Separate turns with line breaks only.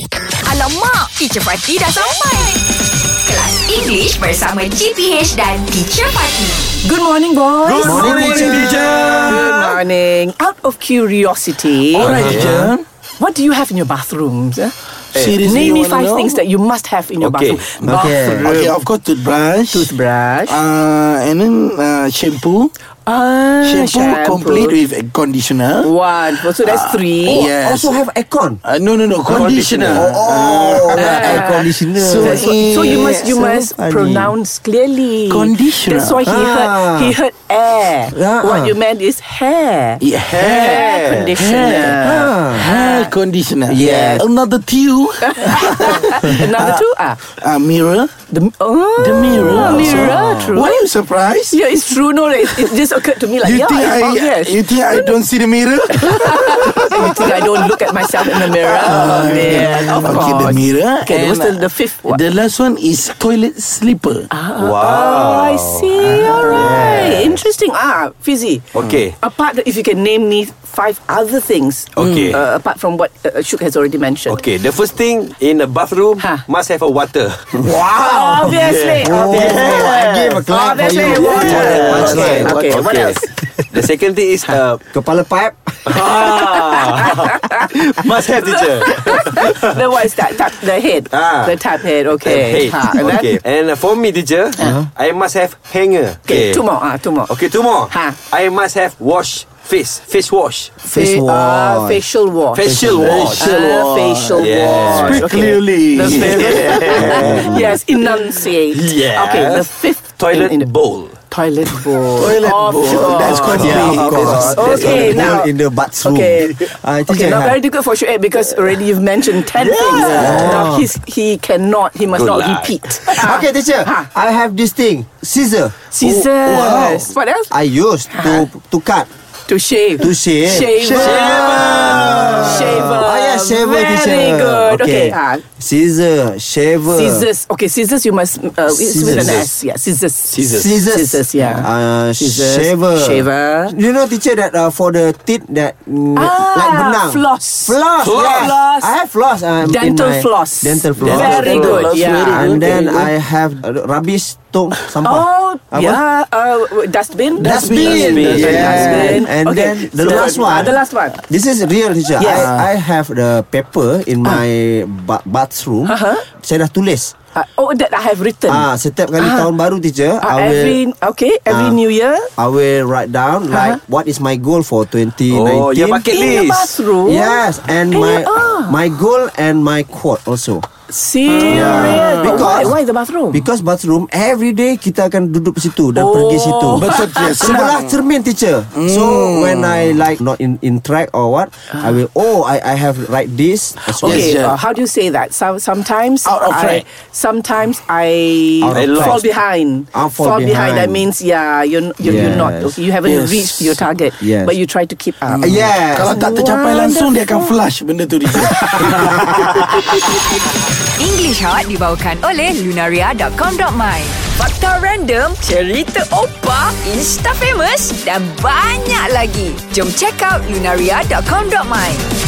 Kata mak, teacher Fatih dah sampai. Kelas English bersama GPH dan teacher Fatih.
Good morning, boys.
Good morning, teacher.
Good morning. Out of curiosity,
Alright, teacher.
what do you have in your bathrooms? eh? Name
Seriously, you
me
wanna
five
know?
things that you must have in your
Okay.
bathroom.
Okay.
Bathroom.
Okay, of course, toothbrush.
Toothbrush.
Uh, and then uh, shampoo.
Ah,
Uh, shampoo. complete with a conditioner.
One. So that's three.
Oh, yes.
Also have aircon.
Uh, no, no, no, conditioner.
Oh,
Uh,
like air conditioner.
So-
That's what- so you must you
So
must
funny.
pronounce clearly.
Conditioner. Ah.
That's why he heard
Ah.
he heard air.
Yeah.
What you meant is hair.
yeah, hair.
conditioner. Ah.
Hair, Ah. hair conditioner.
Yes.
Another tube.
Number two ah
uh, mirror.
the oh,
The mirror. also.
mirror. True.
Why you surprised?
Yeah, it's true. No, it, it just occurred to me like
You
yeah,
think
it's
I?
obvious.
You think I don't see the mirror?
you think I don't look at myself in the mirror? Oh, man, of
okay,
course.
the mirror.
Okay,
and,
what's the,
uh,
the fifth one?
The last one is toilet slipper.
Oh, I see. All right. Interesting. Ah, Fizzy. Hmm.
Okay.
Apart, if you can name me five other things.
Okay.
Uh, apart from what uh, Shuk has already mentioned.
Okay, the first thing in a bathroom
Huh.
must have a water.
Wow. Obviously. Obviously.
I gave a clap for
Obviously.
you.
Water.
Yeah,
Okay,
punchline.
Okay. Ha. What else?
the second thing is uh,
Kepala pipe
must have teacher.
the what is that? Tap, the head.
Ah.
The tap head. Okay.
Hey,
Ha, and then- Uh-huh.
okay. And for me teacher, I must have hanger.
Okay. Two more. Ah, two more.
Okay, two more.
Huh.
I must have wash face, face wash,
Fa- uh, facial wash.
facial wash.
Ah, facial
Yes.
wash.
Speak clearly.
The fifth. yes, enunciate.
Yes.
Okay, the fifth
Toilet
in, in
bowl.
toilet bowl.
Toilet
Of
bowl.
course.
That's quite
Yeah,
big.
of course.
Okay,
That's all
now-
in the bathroom.
Okay.
Uh,
Okay,
teacher,
now
ha?
very difficult for Shuaib because already you've mentioned 10 things. Now he's, he cannot, he must
Good
not
luck.
repeat.
Okay, teacher.
Ha.
I have this thing, scissor. Oh,
Scissors. Ha.
wow.
What else?
I used to to cut,
to shave.
to shave.
Shaver. Shaver.
Oh yeah, shaver,
Very
teacher.
good. Okay. ah.
Scissor, shaver.
Scissors. Okay, scissors you must uh, it's with an
Scissors.
S. Yeah, scissors.
Scissors.
Scissors.
Scissors, yeah.
Uh,
Scissors,
Shaver.
shaver.
You know, teacher, that uh, for the teeth that mm,
Ah,
like benang.
floss.
Floss.
Floss.
Yes.
Floss.
I have floss. Um, in
Dental
my-
floss.
Dental floss.
Very
Dental
good.
floss,
Yeah.
very
And
Okay,
then
good.
I have uh, rubbish tong sampah.
Oh,
Apa?
yeah. Uh, dustbin.
Dustbin.
Dustbin.
Yeah.
Dustbin.
Dustbin.
And
Okay,
then the
so-
last
Ah,
one.
the last one.
This is real teacher.
Yes. Ah.
I, I have the paper in my ba- bathroom.
Uh-huh.
Saya dah tulis.
Uh, oh, that I have written.
Ah, setiap kali
Ah.
tahun baru teacher,
Uh,
I will
every okay, every
Ah.
New Year
I will write down like
Uh-huh.
what is my goal for 2019.
Oh, your bucket
in the
Please.
bathroom.
Yes, and
Eh,
my
ah.
my goal and my quote also.
Serious.
Yeah.
But why,
Because-
why the bathroom?
Because bathroom every day kita akan duduk situ dan
Oh. Hmm.
pergi situ.
Betul,
Ha.
yes.
Sebelah cermin teacher. So when I like not in in track or what, I will oh I I have write this. as
Ah. Okay,
well.
Yes, yeah.
uh, how do you say that? So, sometimes
Out of
I,
track.
sometimes I
Out
of
fall
track.
behind.
Ah, fall behind.
That means yeah, you're you're, you're not
Yes.
you haven't
Yes.
reached your target,
Yes.
but you try to keep up.
Yes.
Kalau tak tercapai langsung Dia akan flush benda tu dia.
English Hot dibawakan oleh Lunaria.com.my Fakta random, cerita opa, insta famous dan banyak lagi. Jom check out Lunaria.com.my